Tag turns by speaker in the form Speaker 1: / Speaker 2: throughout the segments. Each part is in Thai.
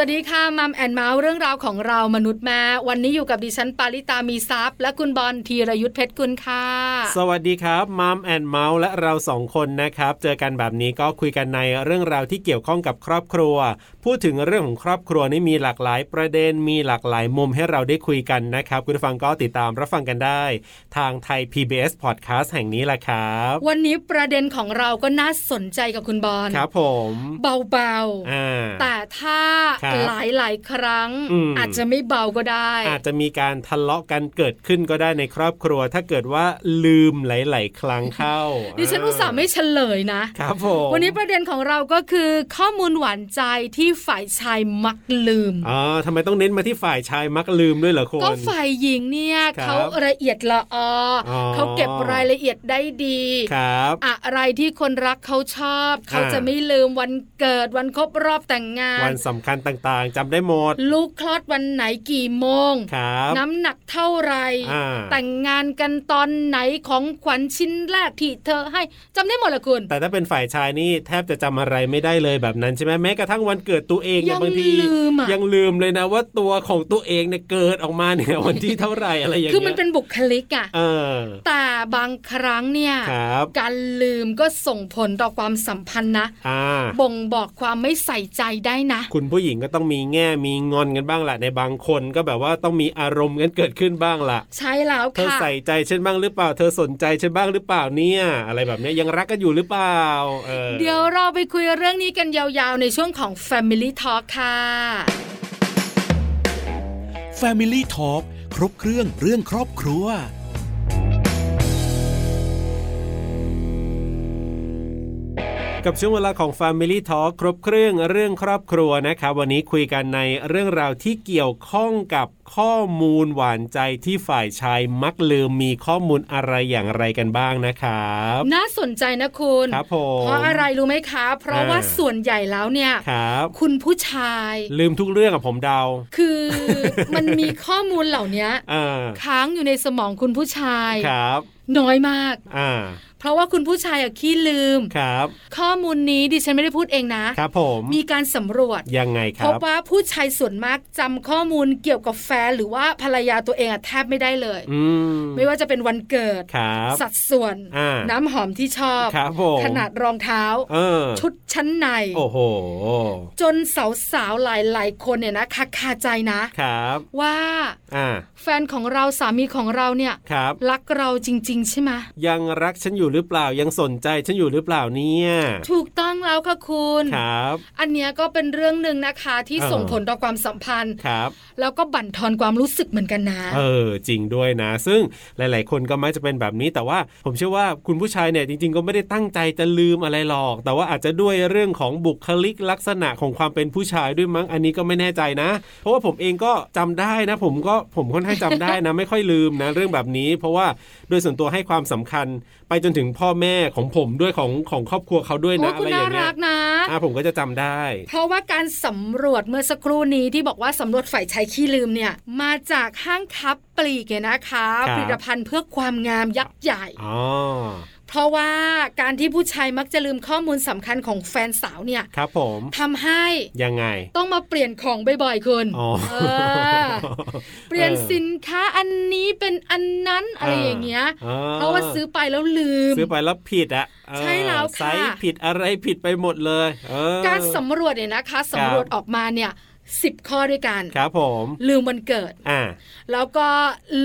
Speaker 1: สวัสดีค่ะมัมแอนเมาส์เรื่องราวของเรามนุษย์แม่วันนี้อยู่กับดิฉันปาริตามีซัพย์ และคุณบอลธีรยุทธเพชรกุลค่ะ
Speaker 2: สวัสดีครับมัมแอนเมาส์และเราสองคนนะครับ เจอกันแบบนี้ก็คุยกันในเรื่องราวที่เกี่ยวข้องกับครอบครัว พูดถึงเรื่องของครอบครัวนี่มีหลากหลายประเด็นมีหลากหลายมุมให้เราได้คุยกันนะครับคุณผู้ฟังก็ติดตามรับฟังกันได้ ทางไทย PBS Podcast แห่งนี้แหละครับ
Speaker 1: วันนี้ประเด็นของเราก็น่าสนใจกับคุณบอล
Speaker 2: ครับผม
Speaker 1: เบา
Speaker 2: อ่า
Speaker 1: ๆ แต่ถ้า
Speaker 2: ครับ
Speaker 1: หลายๆ ครั้ง
Speaker 2: อืม
Speaker 1: อาจจะไม่เบาก็ได้
Speaker 2: อาจจะมีการทะเลาะกันเกิดขึ้นก็ได้ในครอบครัว ถ้าเกิดว่าลืมหลาย ๆ ครั้งเข้า
Speaker 1: ดิฉันอุตส่าห์ไม่เฉลยนะ
Speaker 2: ครับผม
Speaker 1: วันนี้ประเด็นของเราก็คือข้อมูลหวานใจที่ฝ่ายชายมักลืม
Speaker 2: อ๋อทำไมต้องเน้นมาที่ฝ่ายชายมักลืมด้วยเหรอคุณ
Speaker 1: ก็ฝ่ายหญิงเนี่ย
Speaker 2: ครับ
Speaker 1: เขาละเอียดละอออ
Speaker 2: อ
Speaker 1: เขาเก็บรายละเอียดได้ดี
Speaker 2: ครับ
Speaker 1: อะไรที่คนรักเขาชอบ เขาจะไม่ลืมวันเกิดวันครบรอบแต่งงาน
Speaker 2: วันสำคัญต่างๆจำได้หมด
Speaker 1: ลูกคลอดวันไหนกี่โมง
Speaker 2: ครับ
Speaker 1: น้ำหนักเท่าไหร
Speaker 2: อ่า
Speaker 1: แต่งงานกันตอนไหนของขวัญชิ้นแรกที่เธอให้จำได้หมดเหรอคุณ
Speaker 2: แต่ถ้าเป็นฝ่ายชายนี่แทบจะจำอะไรไม่ได้เลยแบบนั้นใช่ไหมแม้กระทั่งวันเกิดตัวเองเนี่
Speaker 1: ยั
Speaker 2: ย
Speaker 1: ง
Speaker 2: บางที
Speaker 1: ลืมอะ
Speaker 2: ยังลืมเลยนะว่าตัวของตัวเองเนี่ยเกิดออกมาเนี่ย วันที่เท่าไหร่อะไรอย่าง
Speaker 1: คื
Speaker 2: เงี้ย
Speaker 1: อมันเป็นบุคลิกอะ
Speaker 2: เออ
Speaker 1: แต่บางครั้งเนี่ย
Speaker 2: ครับ
Speaker 1: การลืมก็ส่งผลต่อความสัมพันธ์นะ
Speaker 2: อ่า
Speaker 1: บ่งบอกความไม่ใส่ใจได้นะ
Speaker 2: คุณผู้หญิงก็ต้องมีแง่มีงอนกันบ้างแหละในบางคนก็แบบว่าต้องมีอารมณ์กันเกิดขึ้นบ้างล่ะ
Speaker 1: ใช่แล้ว
Speaker 2: เธอ
Speaker 1: ค่ะ
Speaker 2: ใส่ใจฉันบ้างหรือเปล่า เธอสนใจฉันบ้างหรือเปล่าเนี่ยอะไรแบบเนี้ยยังรักกันอยู่หรือเปล่าออ
Speaker 1: เดี๋ยวเราไปคุยเรื่องนี้กันยาวๆ ในช่วงของ Family Talk ค่ะ
Speaker 3: Family Talk ครบเครื่องเรื่องครอบครัว
Speaker 2: กับช่วงเวลาของ Family Talk ครบเครื่องเรื่องครอบครัวนะครับวันนี้คุยกันในเรื่องราวที่เกี่ยวข้องกับข้อมูลหวานใจที่ฝ่ายชายมักลืมมีข้อมูลอะไรอย่างไรกันบ้างนะครับ
Speaker 1: น่าสนใจนะคุณ
Speaker 2: ครับผม
Speaker 1: เพราะอะไรรู้ไหมคะ เพราะว่า
Speaker 2: อ่า
Speaker 1: ส่วนใหญ่แล้วเนี่ย
Speaker 2: ครับ
Speaker 1: คุณผู้ชาย
Speaker 2: ลืมทุกเรื่องอะผมเดา
Speaker 1: คือ มันมีข้อมูลเหล่านี้
Speaker 2: อ่า
Speaker 1: ค้างอยู่ในสมองคุณผู้ชาย
Speaker 2: ครับ
Speaker 1: น้อยมาก
Speaker 2: อ่า
Speaker 1: เพราะว่าคุณผู้ชายอะขี้ลืม
Speaker 2: ครับ
Speaker 1: ข้อมูลนี้ดิฉันไม่ได้พูดเองนะ
Speaker 2: ครับผม
Speaker 1: มีการสำรวจ
Speaker 2: ยังไงค
Speaker 1: พ
Speaker 2: รั
Speaker 1: บบ ว่าผู้ชายส่วนมากจำข้อมูลเกี่ยวกับแฟนหรือว่าภรรยาตัวเองอะแทบไม่ได้เลย
Speaker 2: อืม
Speaker 1: ไม่ว่าจะเป็นวันเกิด
Speaker 2: ครับ
Speaker 1: สัดส่วน
Speaker 2: อ่า
Speaker 1: น้ำหอมที่ชอบ
Speaker 2: ครับผม
Speaker 1: ขนาดรองเท้า
Speaker 2: เออ
Speaker 1: ชุดชั้นใน
Speaker 2: โอ้โห
Speaker 1: จนสาวๆหลายๆคนเนี่ยนะคะคาใจนะ
Speaker 2: ครับ
Speaker 1: ว่า
Speaker 2: อ่า
Speaker 1: แฟนของเราสามีของเราเนี่ย
Speaker 2: ครับ
Speaker 1: รักเราจริง ๆ ใช่ไหม
Speaker 2: ยังรักฉันอยู่หรือเปล่ายังสนใจฉันอยู่หรือเปล่าเนี่ย
Speaker 1: ถูกต้องแล้วค่ะคุณ
Speaker 2: ครับ
Speaker 1: อันเนี้ยก็เป็นเรื่องหนึ่งนะคะที่
Speaker 2: เออ
Speaker 1: ส่งผลต่อความสัมพันธ์
Speaker 2: ครับ
Speaker 1: แล้วก็บั่นทอนความรู้สึกเหมือนกันนะ
Speaker 2: เออจริงด้วยนะ ซึ่งหลาย ๆ คนก็มักจะเป็นแบบนี้แต่ว่าผมเชื่อว่าคุณผู้ชายเนี่ยจริง ๆ ก็ไม่ได้ตั้งใจจะลืมอะไรหรอก แต่ว่าอาจจะด้วยเรื่องของบุคลิกลักษณะของความเป็นผู้ชายด้วยมั้งอันนี้ก็ไม่แน่ใจนะ เพราะว่าผมเองก็จำได้นะ ผมก็ผมค่อนข้างจำได้นะ ไม่ค่อยลืมนะเรื่องแบบนี้ เพราะว่าโดยส่วนตัวให้ความสำคัญ ไปจนถึงพ่อแม่ของผมด้วยของของครอบครัวเขาด้วย
Speaker 1: โอ้
Speaker 2: นะอะ
Speaker 1: คุณ
Speaker 2: ไรอ
Speaker 1: น่า
Speaker 2: ย่างเงี้
Speaker 1: รั
Speaker 2: ย
Speaker 1: กนะ
Speaker 2: อ่ะผมก็จะจำได้
Speaker 1: เพราะว่าการสำรวจเมื่อสักครู่นี้ที่บอกว่าสำรวจฝ่ายชายขี้ลืมเนี่ย มาจากห้างค้าปลีกเนี่ยนะคะ
Speaker 2: ครับ
Speaker 1: ผลิตภัณฑ์เพื่อความงามยักษ์ใหญ่
Speaker 2: อ๋อ
Speaker 1: เพราะว่าการที่ผู้ชายมักจะลืมข้อมูลสำคัญของแฟนสาวเนี่ย
Speaker 2: ครับผม
Speaker 1: ทำให้
Speaker 2: ยังไง
Speaker 1: ต้องมาเปลี่ยนของบ่อยๆคุณ
Speaker 2: อ๋อ
Speaker 1: เออเปลี่ยน
Speaker 2: ออ
Speaker 1: สินค้าอันนี้เป็นอันนั้นอะไรอย่างเงี้ย เพราะว่าซื้อไปแล้วลืม
Speaker 2: ซื้อไปแล้วผิดอะเออ
Speaker 1: ใช่แล้วค่ะ
Speaker 2: ไซส์ผิดอะไรผิดไปหมดเลยเออ
Speaker 1: การสำรวจเนี่ยนะคะสำรวจออกมาเนี่ยสิบข้อด้วยกัน
Speaker 2: ครับผม
Speaker 1: ลืมวันเกิด
Speaker 2: อ่า
Speaker 1: แล้วก็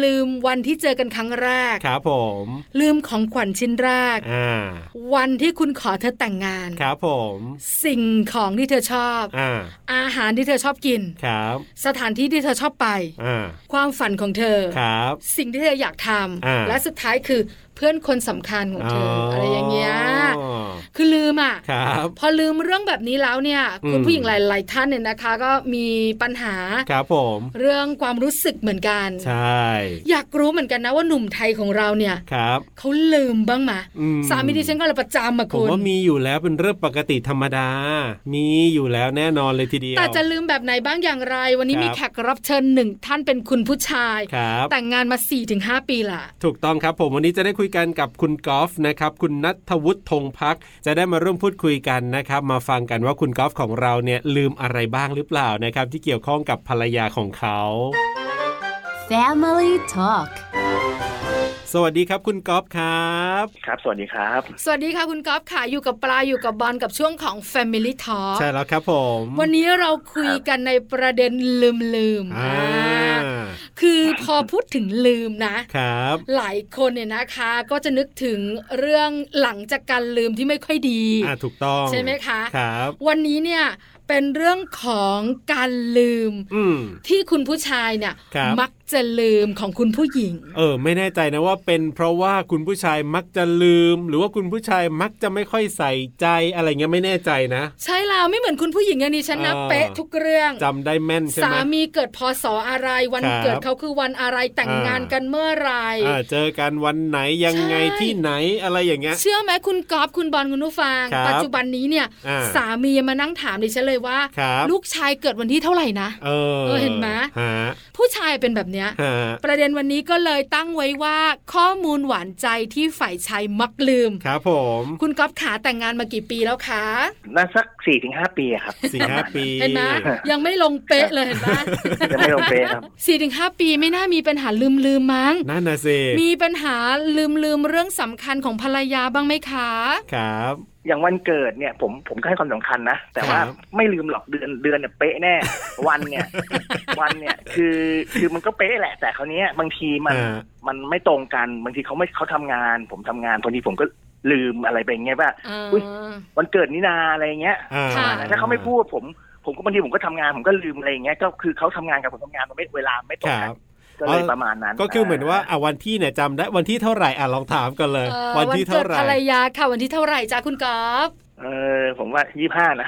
Speaker 1: ลืมวันที่เจอกันครั้งแรก
Speaker 2: ครับผม
Speaker 1: ลืมของขวัญชิ้นแรก
Speaker 2: อ่า
Speaker 1: วันที่คุณขอเธอแต่งงาน
Speaker 2: ครับผม
Speaker 1: สิ่งของที่เธอชอบ
Speaker 2: อ่า
Speaker 1: อาหารที่เธอชอบกิน
Speaker 2: ครับ
Speaker 1: สถานที่ที่เธอชอบไป
Speaker 2: อ่า
Speaker 1: ความฝันของเธอ
Speaker 2: ครับ
Speaker 1: สิ่งที่เธออยากท
Speaker 2: อ่า
Speaker 1: ำและสุดท้ายคือเพื่อนคนสำคัญของเธอ อะไรอย่างเงี้ย
Speaker 2: อ
Speaker 1: คือลืมอ่ะ
Speaker 2: ครับ
Speaker 1: พอลืมเรื่องแบบนี้แล้วเนี่ยคุณ
Speaker 2: อืม
Speaker 1: ผู้หญิงหลาย ๆ ท่านเนี่ยนะคะ ก็มีปัญหา
Speaker 2: ครับผม
Speaker 1: เรื่องความรู้สึกเหมือนกัน
Speaker 2: ใช่
Speaker 1: อยากรู้เหมือนกันนะว่าหนุ่มไทยของเราเนี่ย
Speaker 2: ครับ
Speaker 1: เขาลืมบ้างไหม
Speaker 2: อื
Speaker 1: สามีดิฉันก็เลยประจำมา
Speaker 2: ผ
Speaker 1: คุ
Speaker 2: ม
Speaker 1: ณ
Speaker 2: ว่ามีอยู่แล้วเป็นเรื่องปกติธรรมดา มีอยู่แล้วแน่นอนเลยทีเดียว
Speaker 1: แต่จะลืมแบบไหนบ้างอย่างไร วันนี้
Speaker 2: ครับ
Speaker 1: มีแขกรับเชิญหนึ่งท่านเป็นคุณผู้ชาย
Speaker 2: ครับ
Speaker 1: แต่งงานมา 4-5 ปีละ
Speaker 2: ถูกต้องครับผมวันนี้จะได้คุยกันกับคุณกอล์ฟนะครับ คุณนัทวุฒิธงพัก จะได้มาร่วมพูดคุยกันนะครับ มาฟังกันว่าคุณกอล์ฟของเราเนี่ยลืมอะไรบ้างหรือเปล่านะครับ ที่เกี่ยวข้องกับภรรยาของเขา
Speaker 4: Family Talk
Speaker 2: สวัสดีครับคุณกอล์ฟครับ
Speaker 5: ครับ สวัสดีครับ
Speaker 1: สวัสดีค่ะคุณก๊อฟค่ะอยู่กับปลาอยู่กับบอลกับช่วงของ Family Talk
Speaker 2: ใช่แล้วครับผม
Speaker 1: วันนี้เราคุยกันในประเด็นลืมลืมๆ
Speaker 2: อ่า
Speaker 1: อ่าคือพอพูดถึงลืมนะ
Speaker 2: ครับ
Speaker 1: หลายคนเนี่ยนะคะ ก็จะนึกถึงเรื่องหลังจากการลืมที่ไม่ค่อยดี
Speaker 2: อ่าถูกต้อง
Speaker 1: ใช่ไหมคะ
Speaker 2: ครับ
Speaker 1: วันนี้เนี่ยเป็นเรื่องของการลืม
Speaker 2: อืม
Speaker 1: ที่คุณผู้ชายเนี่ย
Speaker 2: ครับ
Speaker 1: มักจะลืมของคุณผู้หญิง
Speaker 2: เออ ไม่แน่ใจนะว่าเป็นเพราะว่าคุณผู้ชายมักจะลืม หรือว่าคุณผู้ชายมักจะไม่ค่อยใส่ใจอะไรเงี้ยไม่แน่ใจนะ
Speaker 1: ใช่แล้วไม่เหมือนคุณผู้หญิงอันนี้ฉันนะ
Speaker 2: เออ
Speaker 1: เป๊ะทุกเรื่อง
Speaker 2: จำได้แม่นใช่
Speaker 1: สา
Speaker 2: ไหม
Speaker 1: มีเกิดพศอะไรวัน
Speaker 2: ครับ
Speaker 1: เกิดเขาคือวันอะไรแต่ง
Speaker 2: อ่าง
Speaker 1: งานกันเมื่อไหร
Speaker 2: อ่าเจอกันวันไหนยังไง
Speaker 1: ใช่
Speaker 2: ที่ไหนอะไรอย่างเงี้ย
Speaker 1: เชื่อไหมคุณกอฟคุณบอลคุณนุฟัง
Speaker 2: ครับ
Speaker 1: ปัจจุบันนี้เนี่ย
Speaker 2: อ่า
Speaker 1: สามีมานั่งถามดิฉันเลยว่า
Speaker 2: ครับ
Speaker 1: ลูกชายเกิดวันที่เท่าไหร่นะ
Speaker 2: เออ
Speaker 1: เออเห็นไหม
Speaker 2: ฮะ
Speaker 1: ผู้ชายเป็นแบบเนี้ย
Speaker 2: ฮะ
Speaker 1: ประเด็นวันนี้ก็เลยตั้งไว้ว่าข้อมูลหวานใจที่ฝ่ายชายมักลืม
Speaker 2: ครับผม
Speaker 1: คุณก๊อฟขาแต่งงานมากี่ปีแล้วคะ
Speaker 5: น่าสักสี่ถึงห้าปีอะครับ
Speaker 2: สี่ห้าปี
Speaker 1: เห็นไหมยังไม่ลงเป๊ะเลยเห็น ไหม
Speaker 5: ยังไม่ลงเป๊ะครับ
Speaker 1: สี่ถึงห้าปีไม่น่ามีปัญหาลืมลืมๆมั้ง
Speaker 2: นั่นนะสิ
Speaker 1: มีปัญหาลืมลืมๆเรื่องสำคัญของภรรยาบ้างไหมคะ
Speaker 2: ครับ
Speaker 5: อย่างวันเกิดเนี่ยผมผมก็ให้ความสำคัญนะ แต่
Speaker 2: ครั
Speaker 5: ว่า
Speaker 2: บ
Speaker 5: ไม่ลืมหรอกเดือนเดือนเนี่ยเป๊ะแน่ วันเนี่ย วันเนี่ยคือคือมันก็เป๊ะแหละ แต่คราวเนี้ยบางทีมัน
Speaker 2: ฮะ
Speaker 5: มันไม่ตรงกันบางทีเขาไม่เขาทำงาน ผมทำงานพอดีผมก็ลืมอะไรไปอย่างเงี้ยว่า
Speaker 1: อ่
Speaker 5: อุ๊ย
Speaker 1: า
Speaker 5: วันเกิดนี่นาอะไรอย่างเงี้ย
Speaker 2: อ่า
Speaker 1: ค่ะ
Speaker 5: ถ้าเขาไม่พูดผมผมก็บางทีผมก็ทำงานผมก็ลืมอะไรอย่างเงี้ยก็คือเขาทำงานกับผมทำงานมันไม่เวลาไม่ต
Speaker 2: ค
Speaker 5: รง
Speaker 2: รั
Speaker 5: กัน
Speaker 2: บ
Speaker 5: ก็เลย
Speaker 2: อ๋อ
Speaker 5: ประมาณนั้น
Speaker 2: ก็คือเหมือนว่าอ่ะวันที่เนี่ยจำได้วันที่เท่าไหร่อ่ะลองถามกันเลย
Speaker 1: เอ่อ
Speaker 2: วันที่
Speaker 1: กิ
Speaker 2: เท่า
Speaker 1: ด
Speaker 2: ไหร่
Speaker 1: ภรรยาค่ะวันที่เท่าไหร่จ้าคุณกอล์ฟ
Speaker 5: เออผมว่ายี่ห้านะ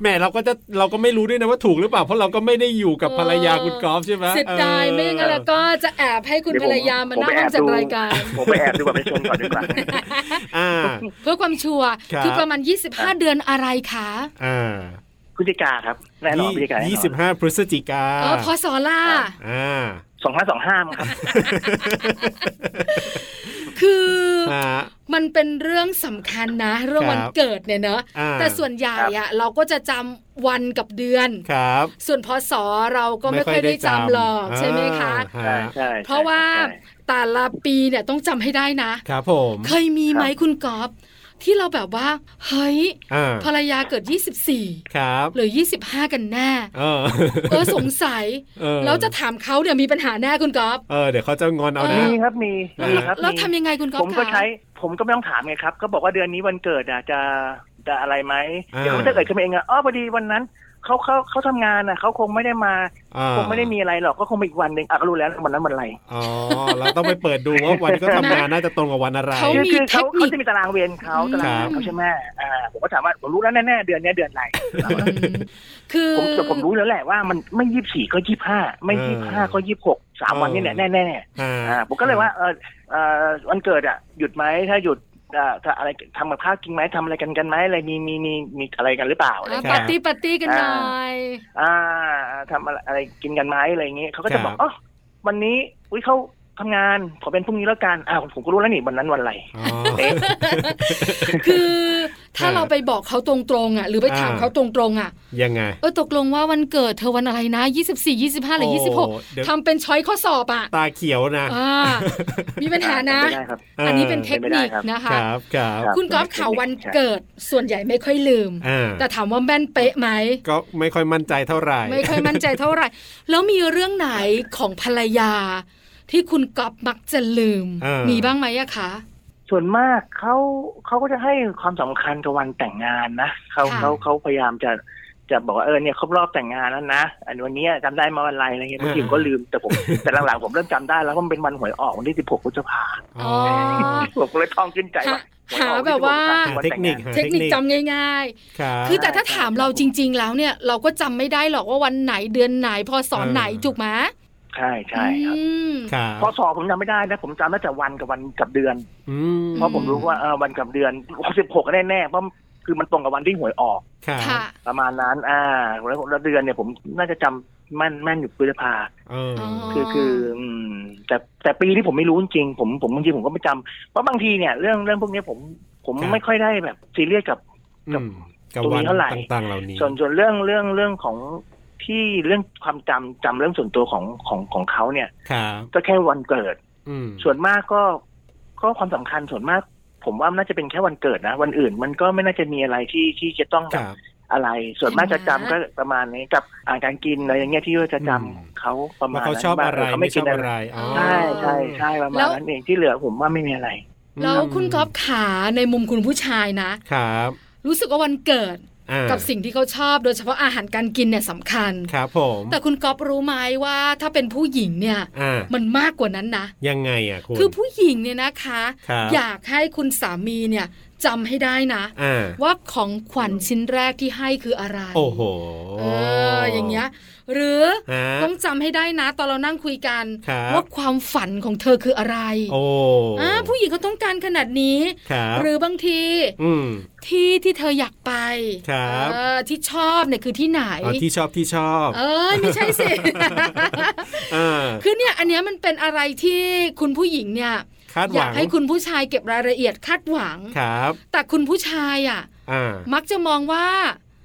Speaker 2: แหม่เราก็จะเราก็ไม่รู้ด้วยนะว่าถูกหรือเปล่าเพราะเราก็ไม่ได้อยู่กับภรรยาคุณกอล์ฟใช่ไหม
Speaker 1: เสียดาย
Speaker 2: เออ
Speaker 1: ไม่งั้นแล้วก็จะแอบให้คุณ
Speaker 5: เดี๋
Speaker 1: ภร
Speaker 5: ยวผม
Speaker 1: รยามา
Speaker 5: ผม
Speaker 1: นั่ง
Speaker 5: ไป
Speaker 1: ห้องจัด
Speaker 5: แอบดู
Speaker 1: รายการ
Speaker 5: ผมไปแอบดูบัตรประชาชนก่อนดี กว่า
Speaker 2: อ่า
Speaker 1: เพื่อความชัวร์
Speaker 2: ครับ
Speaker 1: คือประมาณ 25 เดือนอะไรคะ
Speaker 2: อ่า
Speaker 5: พฤศจิกาครับ แน่นอนพฤศจิกาแน่น
Speaker 2: ยี่สิบ
Speaker 5: อน
Speaker 2: ห้าพฤศจิกา
Speaker 1: เออพอสอล่า
Speaker 2: อ่ า
Speaker 5: สองห้าสองห้าครับ
Speaker 1: คือ
Speaker 2: ฮะ
Speaker 1: มันเป็นเรื่องสำคัญนะ เรื่อง
Speaker 2: ครับ
Speaker 1: วันเกิดเนี่ยเนอะ
Speaker 2: อ่า
Speaker 1: แต่ส่วนใหญ่
Speaker 5: ครับ
Speaker 1: อะเราก็จะจำวันกับเดือน
Speaker 2: ครับ
Speaker 1: ส่วนพศเราก็ไม่ค่อยได้จำหรอกใช่ไหมคะ
Speaker 2: อ่า
Speaker 5: ใช่
Speaker 2: ฮะ
Speaker 5: ใช่
Speaker 1: เพราะว่า
Speaker 5: ใช่
Speaker 1: แต่ละปีเนี่ยต้องจำให้ได้นะ
Speaker 2: ครับผม
Speaker 1: เคยมีไหมคุณกอล์ฟที่เราแบบว่า เฮ้ย
Speaker 2: อ่า
Speaker 1: ภรรยาเกิด
Speaker 2: ครับ
Speaker 1: 24 หรือ 25 กันแน่
Speaker 2: เออ
Speaker 1: เออ สงสัย
Speaker 2: เออ
Speaker 1: แล้วจะถามเขาเนี่ยมีปัญหาแน่คุณกอล์ฟ
Speaker 2: เออเดี๋ยวเขาจะงอนเอา
Speaker 1: เอ
Speaker 2: นะ
Speaker 1: อ
Speaker 5: มีครับมีมีครับ
Speaker 1: แล้ว
Speaker 5: มี
Speaker 1: ทำยังไงคุณกอล์
Speaker 5: ผ
Speaker 1: ฟ
Speaker 5: มก็
Speaker 1: คะ
Speaker 5: ใช้ผมก็ไม่ต้องถามไงครับ ก็บอกว่าเดือนนี้วันเกิดอะจะจะอะไรไหม
Speaker 2: อ่า
Speaker 5: เดี๋ยวเขาจะเกิดขึ้นมาเองอะอ๋อพอดีวันนั้นเขาเขาเขาทำงานอะเขาคงไม่ได้มา
Speaker 2: อ่า
Speaker 5: คงไม่ได้มีอะไรหรอกก็คงมีอีกวันหนึ่งอ่ะก็รู้แล้ววันนั้นวันอะไร
Speaker 2: อ๋อเราต้องไปเปิดดูว่าวันก็ทำงานน่าจะตรงกับวันอะไร
Speaker 1: เขา
Speaker 5: คือ
Speaker 1: มี
Speaker 5: คือเขา
Speaker 1: เทคนิค
Speaker 5: เขาจะมีตารางเวรเขาตารางเวรเขาใช่ไหมอ่าผมก็ถามว่าผมรู้แล้วแน่ๆเดือนเนี้ยเดือนอะไร
Speaker 1: อืมคือ
Speaker 5: ผมแต่ผมรู้แล้วแหละว่ามันไม่ยี่สี่ก็ยี่ห้าไม่
Speaker 2: เอ
Speaker 5: ยี่ห้า
Speaker 2: อ
Speaker 5: ก็ยี่หกสามวัน
Speaker 2: เออ
Speaker 5: นี่แหละแน่แน่
Speaker 2: อ่า
Speaker 5: ๆอ่าผมก็เลยว่าเออเออวันเกิดอ่ะหยุดไหมถ้าหยุดอ่าถ้าอะไรทำกับข้าวกินไหมทำอะไรกันกันไหมอะไรมีมีมีมีอะไรกันหรือเปล่าอะไร
Speaker 1: อ่ะ
Speaker 5: เงี้ย
Speaker 1: ปาร์ตี้ปาร์ตี้กันหน่อย
Speaker 5: อ่าทำอะไรอะไรกินกันไหมอะไรอย่างเงี้ยเขาก็จะบอ
Speaker 2: ค
Speaker 5: ก
Speaker 2: รับ
Speaker 5: อ๋อวันนี้อุ้ยเขาทำงานขอเป็นพรุ่งนี้แล้วกันอ้าวผมก็รู้แล้วนี่วันนั้นวันอะไร
Speaker 2: อ๋อ
Speaker 5: เอ๊ะ
Speaker 1: คือถ้า
Speaker 2: อ่า
Speaker 1: เราไปบอกเขาตรงๆอ่ะ หรือไปถาม
Speaker 2: อ่า
Speaker 1: เขาตรงๆอ่ะ
Speaker 2: ยังไง
Speaker 1: เออตกลงว่าวันเกิดเธอวันอะไรนะ 24 25 หรือ
Speaker 2: โเดี๋ยว
Speaker 1: 26ทำเป็นช้อยข้อสอบอ่ะ
Speaker 2: ตาเขียวนะ
Speaker 1: อ่ามีปัญหานะ
Speaker 5: ไม่ได้ครับ
Speaker 1: อันนี้เป็นเทคนิค
Speaker 5: เป็นไปได้ครับ
Speaker 1: นะคะ
Speaker 2: ครับครับ
Speaker 5: รับ
Speaker 1: คุณก๊อฟข่าววันเกิดส่วนใหญ่ไม่ค่อยลืม
Speaker 2: อ่า
Speaker 1: แต่ถามว่าแม่นเป๊ะไหม
Speaker 2: ก็ไม่ค่อยมั่นใจเท่าไหร่
Speaker 1: ไม่ค่อยมั่นใจเท่าไหร่ แล้วมีเรื่องไหนของภรรยา ที่คุณก๊อฟมักจะลืม
Speaker 2: เออ
Speaker 1: มีบ้างไหมอะคะ
Speaker 5: ส่วนมากเขาเขาก็จะให้ความสำคัญกับวันแต่งงานนะเขา
Speaker 1: ค่ะ
Speaker 5: เขาเขาพยายามจะจะบอกว่าเออเนี่ยครบรอบแต่งงานแล้วนะอันวันนี้จำได้มาวันอะไรอะไรเงี้ยบางทีผมก็ลืมแต่ผม แต่หลังๆผมเริ่มจำได้แล้วว่ามันเป็นวันหวยออกวันที่ 16พฤษภา
Speaker 2: อ๋อ
Speaker 1: อ
Speaker 5: ผมก็เลยท่องขึ้นใจ
Speaker 1: ฮะ
Speaker 5: ว่า ยออก
Speaker 1: หาแบบว่า
Speaker 2: เท
Speaker 5: ที่
Speaker 2: คนิค
Speaker 5: วัแต่งงา
Speaker 2: หา
Speaker 1: เทคนิคจำง่าย
Speaker 2: ครับ
Speaker 1: ๆ คือแต่ถ้าถามเราจริง ๆ แล้วเนี่ยเราก็จำไม่ได้หรอกว่าวันไหนเดือนไหนพอสอน
Speaker 2: เออ
Speaker 1: ไหนจุกไหม
Speaker 5: ใช่ใช่ครับ
Speaker 1: อืม
Speaker 2: ครับ
Speaker 5: พอสอบผมจำไม่ได้นะผมจำได้แต่วันกับวันกับเดือน
Speaker 2: อืม
Speaker 5: เพราะผมรู้ว่าเออวันกับเดือนสิบหกแน่ๆเพราะคือมันตรงกับวันที่หวยออก
Speaker 2: ครับ
Speaker 1: ค่ะ
Speaker 5: ประมาณนั้นอ่าแล้วแล้วเดือนเนี่ยผมน่าจะจำแม่นแม่นอยู่พฤษภา
Speaker 2: เออ
Speaker 1: อ
Speaker 5: คือคืออืมแต่แต่ปีนี้ผมไม่รู้จริงๆผมผมบางทีผมก็ไม่จำเพราะบางทีเนี่ยเรื่องเรื่องพวกนี้ผมผมไม่ค่อยได้แบบซีเรียสกับ
Speaker 2: อืมกับ
Speaker 5: ตรงนี้
Speaker 2: วัน
Speaker 5: เท่าไหร่
Speaker 2: ต่างๆ เหล่านี้
Speaker 5: ส่วนส่วนเรื่องเรื่องเรื่องของที่เรื่องความจำจำเรื่องส่วนตัวของของของเขาเนี่ย
Speaker 2: ครับ
Speaker 5: ก็แค่วันเกิด
Speaker 2: อืม
Speaker 5: ส่วนมากก็ก็ความสำคัญส่วนมาก ผมว่าน่าจะเป็นแค่วันเกิดนะ วันอื่นมันก็ไม่น่าจะมีอะไรที่ที่จะต้อง
Speaker 2: ค
Speaker 5: แบบ
Speaker 2: รับ
Speaker 5: อะไร ส่วนมากจะจำ
Speaker 1: เห็นไหม
Speaker 5: ก็ประมาณนี้กับอาการกินอะไรอย่างเงี้ยที่ว่าจะจำ
Speaker 2: อืม
Speaker 5: เขาประมา
Speaker 2: ว่า
Speaker 5: ณ
Speaker 2: เขาชอบ
Speaker 5: นั้น
Speaker 2: อะไร
Speaker 5: เเขา
Speaker 2: ไม่
Speaker 5: ไม่
Speaker 2: ช
Speaker 5: กิ
Speaker 2: อน บ
Speaker 5: อะ
Speaker 2: อะไร ไรอ๋อ
Speaker 5: ใช่ใช่ใช่ประมา
Speaker 1: แล้
Speaker 5: ณ
Speaker 1: ว
Speaker 5: นั้นเองที่เหลือผมว่าไม่มีอะไร
Speaker 1: แล้วคุณก๊อฟขาในมุมคุณผู้ชายนะ
Speaker 2: ครับ
Speaker 1: รู้สึกว่าวันเกิด
Speaker 2: อ่า
Speaker 1: กับสิ่งที่เขาชอบ โดยเฉพาะอาหารการกินเนี่ยสำคัญ
Speaker 2: ครับผม
Speaker 1: แต่คุณก๊อฟรู้ไหมว่าถ้าเป็นผู้หญิงเนี่ย
Speaker 2: อ่า
Speaker 1: มันมากกว่านั้นนะ
Speaker 2: ยังไงอ่ะคุณ
Speaker 1: คือผู้หญิงเนี่ยนะคะ
Speaker 2: ครับ
Speaker 1: อยากให้คุณสามีเนี่ยจำให้ได้นะ
Speaker 2: อ่า
Speaker 1: ว่าของขวัญชิ้นแรกที่ให้คืออะไร
Speaker 2: โอ้โห
Speaker 1: เอออย่างเงี้ยหรือ
Speaker 2: ฮะ
Speaker 1: ต้องจำให้ได้นะ ตอนเรานั่งคุยกัน
Speaker 2: ครับ
Speaker 1: ว่าความฝันของเธอคืออะไร
Speaker 2: โอ้
Speaker 1: อ่าผู้หญิงเขาต้องการขนาดนี้
Speaker 2: ครับ
Speaker 1: หรือบางที
Speaker 2: อืม
Speaker 1: ที่ที่เธออยากไป
Speaker 2: ครับ
Speaker 1: เออที่ชอบเนี่ยคือที่ไหน
Speaker 2: เอาที่ชอบที่ชอบ
Speaker 1: เอ้ยไม่ใช่สิ
Speaker 2: อ่า
Speaker 1: คือเนี่ยอันเนี้ยมันเป็นอะไรที่คุณผู้หญิงเนี่ย
Speaker 2: คาดห
Speaker 1: อยา
Speaker 2: วั
Speaker 1: ก
Speaker 2: ง
Speaker 1: ให้คุณผู้ชายเก็บรายละเอียดคาดหวัง
Speaker 2: ครับ
Speaker 1: แต่คุณผู้ชายอ่ะ
Speaker 2: อ่า
Speaker 1: มักจะมองว่า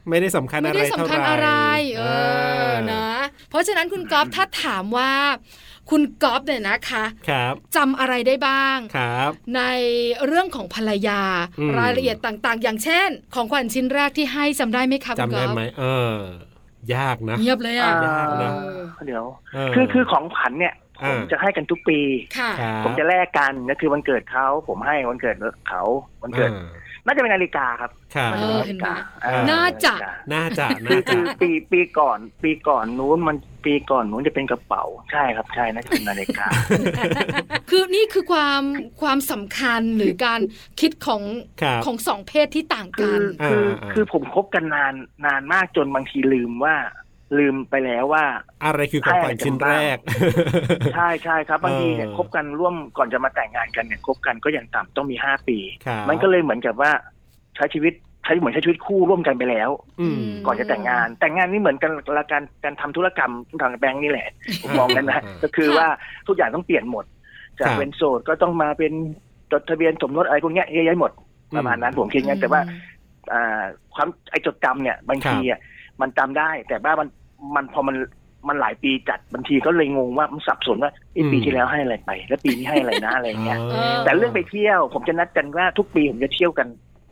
Speaker 2: ไม่ได้สำคัญ
Speaker 1: ไม่
Speaker 2: อะไร
Speaker 1: ได้สำ
Speaker 2: เท่าไห
Speaker 1: คัญ
Speaker 2: ร่
Speaker 1: อะไร เออ
Speaker 2: อ่า
Speaker 1: นะ เพราะฉะนั้นคุณก๊อฟถ้าถามว่า คุณก๊อฟเนี่ยนะคะ
Speaker 2: ครับ
Speaker 1: จำอะไรได้บ้าง
Speaker 2: ครับ
Speaker 1: ในเรื่องของภรรยา
Speaker 2: อืม
Speaker 1: รายละเอียดต่างๆ อย่างเช่น ของขวัญชิ้นแรกที่ให้จำได้ไหมคะคุณ
Speaker 2: จำ
Speaker 1: ก๊
Speaker 2: ได้
Speaker 1: อฟ
Speaker 2: ไหมเออ ยากนะ
Speaker 1: เงียบเลยอ่ะ
Speaker 5: ยากนะ
Speaker 1: เออ
Speaker 5: เดี๋ยว
Speaker 2: เออ
Speaker 5: คือคือของขวัญเนี่ย
Speaker 2: อ่า
Speaker 5: ผมจะให้กันทุกปี
Speaker 1: ค่ะ
Speaker 2: ครับ
Speaker 5: ผมจะแลกกันก็คือวันเกิดเขาผมให้วันเกิดเขาวันเกิด
Speaker 2: อ่า
Speaker 5: น่าจะเป็นนาฬิกาครับ
Speaker 2: ครับ
Speaker 1: เออ
Speaker 5: นา
Speaker 2: เห็
Speaker 5: ฬิกา
Speaker 2: นไหม
Speaker 5: อ่
Speaker 1: น่าจะ
Speaker 2: น่าจะ
Speaker 5: คื
Speaker 2: น่า
Speaker 5: อ
Speaker 2: จะ
Speaker 5: คือปีปีก่อน ปีก่อนนู้นมันปีก่อนนู้นจะเป็นกระเป๋าใช่ครับใช่น่าจะเป็นนาฬิกา
Speaker 1: คือนี่คือความความสำคัญหรือการคิดของ
Speaker 2: ครับ
Speaker 1: ของสองเพศที่ต่าง
Speaker 5: คื
Speaker 1: กั
Speaker 5: อน คือ
Speaker 2: อ่า
Speaker 5: คือผมคบกันนานนานมากจนบางทีลืมว่า ลืมไปแล้วว่า
Speaker 2: อะไรคือของขวัญชิ้นแรก
Speaker 5: ใช่ใช่ครับบางทีเนี่ย
Speaker 2: เออ
Speaker 5: คบกันร่วมก่อนจะมาแต่งงานกันเนี่ยคบกันก็อย่างต่ำต้องมีห้าปี
Speaker 2: ครับ
Speaker 5: มันก็เลยเหมือนกับว่าใช้ชีวิตใช้เหมือนใช้ชีวิตคู่ร่วมกันไปแล้ว
Speaker 2: อืม
Speaker 5: ก่อนจะแต่งงาน แต่งงานนี่เหมือนกันละการการทำธุรกรรมทางแบงก์นี่แหละผมมองกันนะ
Speaker 2: อ่า
Speaker 5: ก็คือ
Speaker 1: ค่ะ
Speaker 5: ว่าทุกอย่างต้องเปลี่ยนหมด จาก
Speaker 2: ครับ
Speaker 5: เป็นโสดก็ต้องมาเป็นจดทะเบียนสมรสอะไรพวกเนี้ยเยอะแยะหมด
Speaker 2: อืม
Speaker 5: ประมาณนั้นผมคิดงั้นแต่ว่าอ่าความไอ้จดจำเนี่ย บางทีอ่ะมันจำได้ แต่ว่ามันมันพอมันมันหลายปีจัดบางทีก็เลยงงว่ามันสับสนว่าเอ๊ะปีที่แล้วให้อะไรไป แล้วปีนี้ให้อะไรนะอะไรอย่างเงี้ย
Speaker 2: อ๋อ
Speaker 5: แต่เรื่องไปเที่ยวผมจะนัดกันว่าทุกปีผมจะเที่ยวกัน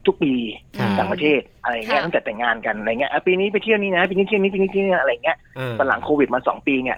Speaker 5: ทุกปี
Speaker 2: ครับ
Speaker 5: ต่างประเทศอะไรเงี้ย
Speaker 1: ค่ะ
Speaker 5: ตั้งแต่แต่งงานกันอะไรเงี้ยอ่ะปีนี้ไปเที่ยวนี้นะปีนี้เที่ยวนี้ปีนี้เที่ยวนี้อะไรเงี้ย
Speaker 2: อ่า
Speaker 5: ตอนหลังโควิดมาสองปีเนี่ย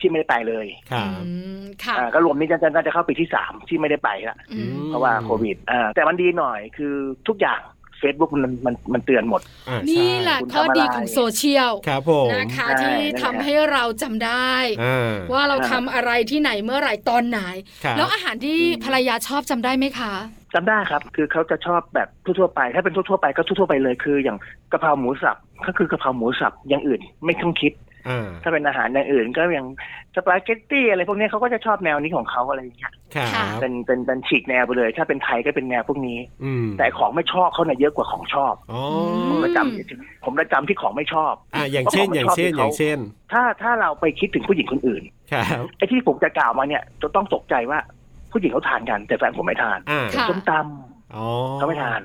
Speaker 5: ที่ไม่ได้ไปเลย
Speaker 2: ครับ
Speaker 1: อืมค่ะ
Speaker 5: อ่าก็รวมนี่จะน่าจะเข้าปีที่สามที่ไม่ได้ไปละ
Speaker 1: อืม
Speaker 5: เพราะว่าโควิดอ่าแต่มันดีหน่อยคือทุกอย่าง Facebook มันมันมันเตือนหมด
Speaker 2: อ่าใช่
Speaker 1: นี่แหละ
Speaker 5: คุณ
Speaker 1: ข้อ
Speaker 5: ทำอะไร
Speaker 1: ดีของโซเชียล
Speaker 2: ครับผม
Speaker 1: นะคะ
Speaker 5: ใช่
Speaker 1: ที่
Speaker 5: นั่นแหละ
Speaker 1: ทำให้เราจำได้
Speaker 2: อ่า
Speaker 1: ว่าเราทำอะไรที่ไหนเมื่อไหร่ตอนไหน
Speaker 2: ครับ
Speaker 1: แล้วอาหารที่ภรรยาชอบจำได้ไหมคะ
Speaker 5: จำได้ครับ คือเขาจะชอบแบบทั่วๆไป ถ้าเป็นทั่วๆไปก็ทั่วๆไปเลยคือ อย่างกะเพราหมูสับก็คือกะเพราหมูสับอย่างอื่น ไม่ต้องคิด
Speaker 2: อ่า
Speaker 5: ถ้าเป็นอาหารอย่างอื่นก็อย่างสปาเกตตี้อะไรพวกเนี้ยเขาก็จะชอบแนวนี้ของเขาอะไรอย่างเงี้ย
Speaker 2: ครับ
Speaker 1: ค่ะ
Speaker 5: เป็นเป็นเป็นฉีกแนวไปเลย ถ้าเป็นไทยก็เป็นแนวพวกนี้
Speaker 2: อืม
Speaker 5: แต่ของไม่ชอบเขาเนี่ยเยอะกว่าของชอบ
Speaker 2: อ๋อ
Speaker 5: ผม
Speaker 1: อืม
Speaker 5: ประจำผมประจำที่ของไม่ชอบ
Speaker 2: อ่าอย่างเช่นอย่างเช่นอย่างเช่น
Speaker 5: ถ้าถ้าเราไปคิดถึงผู้หญิงคนอื่น
Speaker 2: ครับ
Speaker 5: ไอ้ที่ผมจะกล่าวมาเนี่ยจะต้องตกใจว่าผู้หญิงเขาทานกัน แต่แฟนผมไม่ทาน
Speaker 2: อ่า
Speaker 1: ค่ะ
Speaker 5: ส้มต
Speaker 2: อ๋อ
Speaker 5: ำเขาไม่ทาน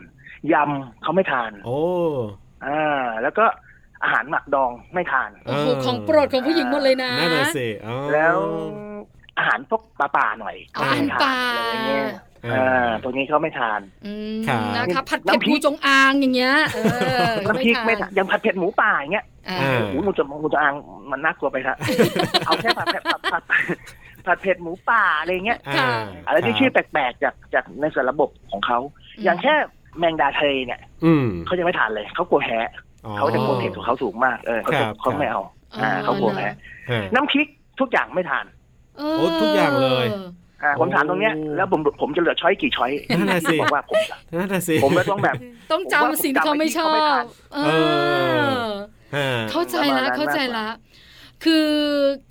Speaker 5: ยำเขาไม่ทาน
Speaker 2: โอ้
Speaker 5: อ่าแล้วก็อาหารหมักดองไม่ทาน
Speaker 1: โอ้โห
Speaker 2: เออ
Speaker 1: ของโปรดของผู้หญิงหมดเลยนะ
Speaker 2: นั่นน่ะสิอ๋อ
Speaker 5: แล้วอาหารพวกปลาป่าๆหน่อย
Speaker 1: อาหาร
Speaker 5: ไม่ทน
Speaker 1: ป่า
Speaker 5: อะไรอย่างเงี้ย
Speaker 2: อ่า
Speaker 5: อ่าตรงนี้เขาไม่ทาน
Speaker 1: อืม
Speaker 2: ครับ
Speaker 1: นะคะผัดเผ็ด
Speaker 5: น้ำพริก
Speaker 1: งูจงอางอย่างเงี้ยเออ
Speaker 5: น้ำพริกไม่ทานยังผัดเผ็ดหมูป่าอย่างเงี้ย
Speaker 1: อ่า
Speaker 2: อ่า
Speaker 5: หมูหมูจะหมูจะอางมันน่ากลัวไปครับ เอาแค่ผัดเผ็ดผัดผัดผัดเผ็ดหมูป่าอะไรอย่างเงี้ย
Speaker 2: อ่า
Speaker 5: อะไรที่ชื่อแปลกๆจากจากในสารระบบของเขาอย่างแค่แมงดาทะเลเนี่ย
Speaker 2: อืม
Speaker 5: เขายังไม่ทานเลยเขากลัวแพ้
Speaker 2: อ๋อ
Speaker 5: เขาจะกลัวเผ็ดของเขาสูงมากเออเขาจะ
Speaker 2: ครับ
Speaker 5: เขาไม่เอาอ่าเขากลัวแพ้
Speaker 2: ฮะ
Speaker 5: น้ำพริกทุกอย่างไม่ทาน
Speaker 1: เ
Speaker 2: โอ้ทุกอย่างเลย
Speaker 5: อ่าผมถามตรงเนี้ย
Speaker 2: โอ้
Speaker 5: แล้วผมผมจะเหลือช้อยกี่ช้อย
Speaker 2: นั่นน่ะสิ
Speaker 5: บอกว่าผม
Speaker 2: นั่นน่ะสิ
Speaker 5: ผมก็ต้องแบบ
Speaker 1: ต้องจำสิ่งที่เขาไม่ชอบ เอ
Speaker 2: เอ
Speaker 1: อ
Speaker 2: อ อ่า
Speaker 1: เข้าใจละ
Speaker 5: ประมาณนั้น
Speaker 1: เข้าใจละ คือ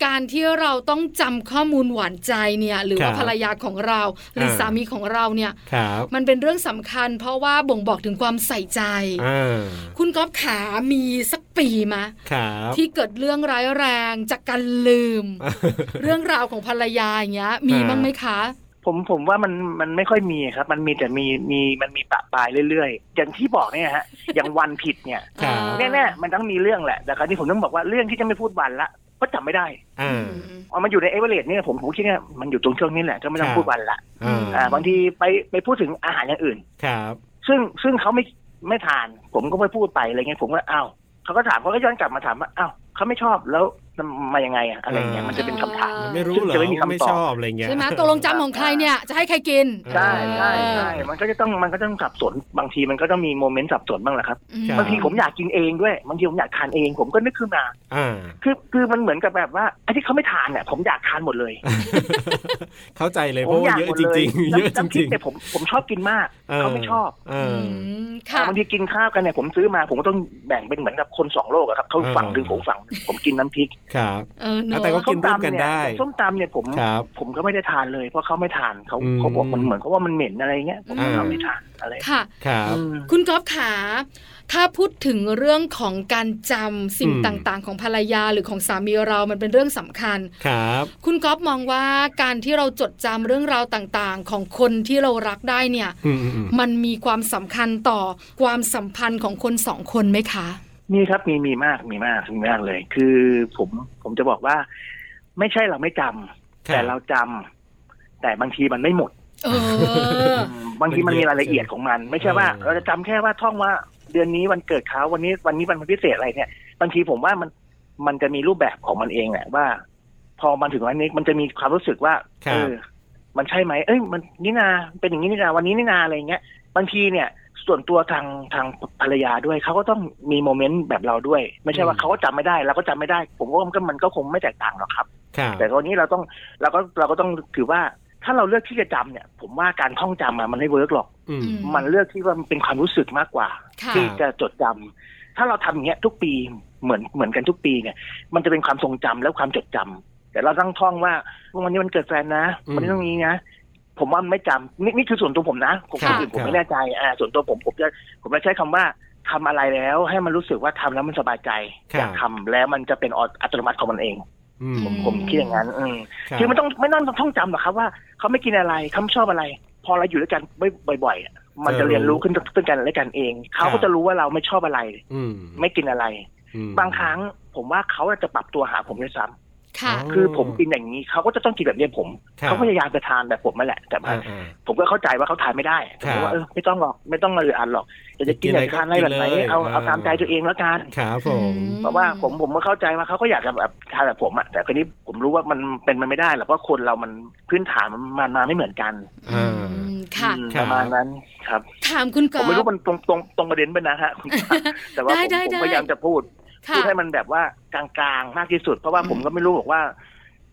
Speaker 1: การที่เราต้องจำข้อมูลหวานใจเนี่ย หรือว่า
Speaker 2: ครับ
Speaker 1: ภรรยาของเรา หรืออา สามีของเราเนี่ย
Speaker 2: ครับ
Speaker 1: มันเป็นเรื่องสำคัญ เพราะว่าบ่งบอกถึงความใส่ใจ
Speaker 2: อ่า
Speaker 1: คุณก๊อฟขามีสักปีมะ
Speaker 2: ครับ
Speaker 1: ที่เกิดเรื่องร้ายแรงจากการลืม เรื่องราวของภรรยาอย่างเงี้ย มีบ้างไหมคะ
Speaker 5: ผมผมว่ามันมันไม่ค่อยมีครับ มันมีแต่มีมีมันมีปะปลายเรื่อยๆ อย่างที่บอกเนี่ยฮะ อย่างวันผิดเนี่ย
Speaker 2: ครับ
Speaker 1: อ่า
Speaker 5: แน่ๆมันต้องมีเรื่องแหละ แต่คราวนี้ผมต้องบอกว่าเรื่องที่จะไม่พูดวันละเพราะจำไม่ได้
Speaker 2: อ่า
Speaker 5: เอามันอยู่ในเอเวอเรสต์เนี่ยผมผมคิดว่ามันอยู่ตรงช่วงนี้แหละก็ไม่ต้
Speaker 2: ค
Speaker 5: อง
Speaker 2: รับ
Speaker 5: พูดวันละ
Speaker 2: อ่า
Speaker 5: อ่าบางทีไปไปพูดถึงอาหารอย่างอื่น
Speaker 2: ครับ
Speaker 5: ซึ่งซึ่งเขาไม่ไม่ทาน ผมก็ไม่พูดไปอะไรเงี้ยผมก็อ้าวเขาก็ถามเขาก็ย้อนกลับมาถามว่าอ้าวเขาไม่ชอบแล้วมายังไงอะอะไรเงี้ยมันจะเป็นคำถาม
Speaker 2: ไม่รู้เหรอ
Speaker 5: จะไม่มี
Speaker 2: ว่า
Speaker 5: คำตอบ
Speaker 2: ไม่ชอบอะไรเงี้ย
Speaker 1: ใช่ไหมตกลงจำของใครเนี่ย จะให้ใครกิน
Speaker 5: ใช่ใช่
Speaker 1: เอ
Speaker 5: ใช่
Speaker 1: อ
Speaker 5: มันก็จะต้องมันก็ต้องสับสนบางทีมันก็ต้องมีโมเมนต์สับสนบ้างแหละครับ
Speaker 1: อืม
Speaker 2: ครับ
Speaker 5: างทีผมอยากกินเองด้วยบางทีผมอยากทานเอง ผมก็นึกขึ้นมา
Speaker 2: อ่า
Speaker 5: คือคือมันเหมือนกับแบบว่าไอ้ที่เขาไม่ทานเนี่ยผมอยากทานหมดเลย
Speaker 2: เข้าใจเลยเพ
Speaker 5: ผม
Speaker 2: ราะว่าย
Speaker 5: อาก
Speaker 2: เยอะ
Speaker 5: หมด
Speaker 2: จ
Speaker 5: เลย
Speaker 2: ริงๆ เยอะจ
Speaker 5: น้ำพ
Speaker 2: ริ
Speaker 5: ริ
Speaker 2: ง
Speaker 5: กเนี่ยผมผมชอบกินมาก
Speaker 2: ๆออ
Speaker 5: เขาไม่ชอบ
Speaker 2: เอ
Speaker 1: อื
Speaker 2: อ
Speaker 1: มค่ะ
Speaker 5: บางทีกินข้าวกันเนี่ยผมซื้อมาผมก็ต้องแบ่งเป็นเหมือนกับคนสองโลกอะครับเขา
Speaker 2: เออ
Speaker 5: ฝั่งดึงผมฝั่งหนึ่งผมกินน้ำพริก
Speaker 2: ครับ
Speaker 1: เออเน
Speaker 2: แต่ก็
Speaker 1: อะ
Speaker 2: กินร่วมกัน
Speaker 5: ส้ตำเย
Speaker 2: ได้
Speaker 5: ส้มตำเนี่ยผม
Speaker 2: ครับ
Speaker 5: ผมก็ไม่ได้ทานเลยเพราะเขาไม่ทานเขา
Speaker 2: อืม
Speaker 5: เขาบอกมันเหมือนเขาว่ามันเหม็นอะไรเงี้ยผมก็
Speaker 2: อ่า
Speaker 5: ไม่ทานอะไร
Speaker 1: ค่ะ
Speaker 2: ครับ
Speaker 5: อืม
Speaker 1: คุณก๊อฟขา ถ้าพูดถึงเรื่องของการจำสิ่ง
Speaker 2: อืม
Speaker 1: ต่างๆ ของภรรยาหรือของสามีเรามันเป็นเรื่องสำคัญ
Speaker 2: ครับ
Speaker 1: คุณก๊อฟมองว่าการที่เราจดจำเรื่องราวต่างๆ ของคนที่เรารักได้เนี่ย
Speaker 2: อืมอืมอืม
Speaker 1: มันมีความสำคัญต่อความสัมพันธ์ของคนสองคนไหมคะ
Speaker 5: มีครับมีมีมากมีมากมีมากเลย คือผมผมจะบอกว่า ไม่ใช่เราไม่จำ
Speaker 2: คบ
Speaker 5: แต่เราจำแต่บางทีมันไม่หมด
Speaker 1: เออ
Speaker 5: มบางทีมันมีรายละเอียดของมัน ไม่ใช่ว่า
Speaker 2: เออ
Speaker 5: เราจะจำแค่ว่าท่องว่าเดือนนี้วันเกิดเขาวันนี้วันนี้วันพิเศษอะไรเนี่ยบางทีผมว่ามันมันจะมีรูปแบบของมันเองแหละว่า พอมันถึงวันนี้มันจะมีความรู้สึกว่า
Speaker 2: ครับ
Speaker 5: เออมันใช่ไหมเอ้ยมันนี่นาเป็นอย่างนี้นี่นาวันนี้นี่นาอะไรอย่างเงี้ยบางทีเนี่ย ส่วนตัวทางทางภรรยาด้วยเขาก็ต้องมีโมเมนต์แบบเราด้วย ไม่ใช่ว่าเขาก็จำไม่ได้เราก็จำไม่ได้ ผมว่ามันก็มันก็คงไม่แตกต่างหรอกครับ
Speaker 2: ครับ
Speaker 5: แต่ตอนนี้เราต้องเราก็เราก็ต้องถือว่า ถ้าเราเลือกที่จะจำเนี่ย ผมว่าการท่องจำอะมันไม่เวิร์กหรอก
Speaker 2: อืม
Speaker 1: ม
Speaker 5: มันเลือกที่ว่ามันเป็นความรู้สึกมากกว่า
Speaker 1: ค่ะ
Speaker 5: ที่จะจดจำถ้าเราทำอย่างเงี้ยทุกปีเหมือนเหมือนกันทุกปีเนี่ย มันจะเป็นความทรงจำและความจดจำแต่เราต้องท่องว่าวันนี้มันเกิดแฟนนะ
Speaker 2: อืม
Speaker 5: วันนี้ต้องนี้นะ ผมว่ามันไม่จำนี่นี่คือส่วนตัวผมนะผม
Speaker 1: ค่ะ
Speaker 5: ผ
Speaker 2: ค
Speaker 5: ม
Speaker 2: รับ
Speaker 5: ไม่แน่ใจอ่าส่วนตัวผมผมจะผมจะใช้คำว่าทำอะไรแล้ว ให้มันรู้สึกว่าทำแล้วมันสบายใจอยากทำแล้วมันจะเป็นอออัตโนมัติของมันเอง
Speaker 2: อืม
Speaker 5: ผมคิดอย่างนั้น อืม
Speaker 2: รับ
Speaker 5: คือไม่ต้องไม่ต้องท่องจำหรอกครับว่าเขาไม่กินอะไรเขาไม่ชอบอะไร พอเราอยู่ด้วยกันบ่อยๆอ่ะมันจะเรียนรู้ขึ้นซึ่งกันและกันเองเขาก็จะรู้ว่าเราไม่ชอบอะไร
Speaker 2: อืม
Speaker 5: ไม่กินอะไร
Speaker 2: อืม
Speaker 5: บางครั้งผมว่าเขาจะปรับตัวหาผมด้วยซ้
Speaker 1: ค่ะ
Speaker 2: อ๋
Speaker 5: ำคือผมกินอย่างนี้เขาก็จะต้องกินแบบเนี้ยผม
Speaker 2: ครับ
Speaker 5: เขาพยายามจะทานแบบผมนั่นแหละ แต่ว่า
Speaker 2: อ่าอ่า
Speaker 5: ผมก็เข้าใจว่าเขาทานไม่ได้ผม
Speaker 2: ค
Speaker 5: ก็
Speaker 2: รั
Speaker 5: ว่า
Speaker 2: บ
Speaker 5: เออไม่ต้องหรอกไม่ต้องมาอ่านหรอกอยากจะกิน
Speaker 2: กิน
Speaker 5: อ
Speaker 2: อะ
Speaker 5: ยา
Speaker 2: ไร
Speaker 5: กจะทานอะไรแบบไหน
Speaker 2: ก็กินเลย
Speaker 5: เอาเอา
Speaker 2: อ่า
Speaker 5: ตามใจตัวเองแล้วกัน
Speaker 2: ครับผม
Speaker 1: อื
Speaker 5: เพราะว่าผมผมก็เข้าใจว่าเขาก็อยากจะแบบทานแบบผมอะแต่คนนี้ผมรู้ว่ามันเป็นมันไม่ได้หรอกเพราะคนเรามันพื้นฐานมันมันมาไม่เหมือนกัน
Speaker 2: อ่า
Speaker 1: อืมค่ะ
Speaker 5: อืม
Speaker 2: ครั
Speaker 5: ป
Speaker 2: บ
Speaker 5: ระมาณนั้นครับ
Speaker 1: ถามคุณ
Speaker 5: ผ
Speaker 1: ก๊อ
Speaker 5: มไม่รู้
Speaker 1: ฟ
Speaker 5: มันตรงตรงตรงประเด็นไปนะฮะคุณ ปาแต่ว่า
Speaker 1: ได้
Speaker 5: ผม
Speaker 1: ได้
Speaker 5: ผม
Speaker 1: ได้
Speaker 5: พยายามจะพูด
Speaker 1: ค่ะ
Speaker 5: พูดให้มันแบบว่ากลางๆ มากที่สุด เพราะว่า
Speaker 1: อืม
Speaker 5: ผมก็ไม่รู้บอกว่า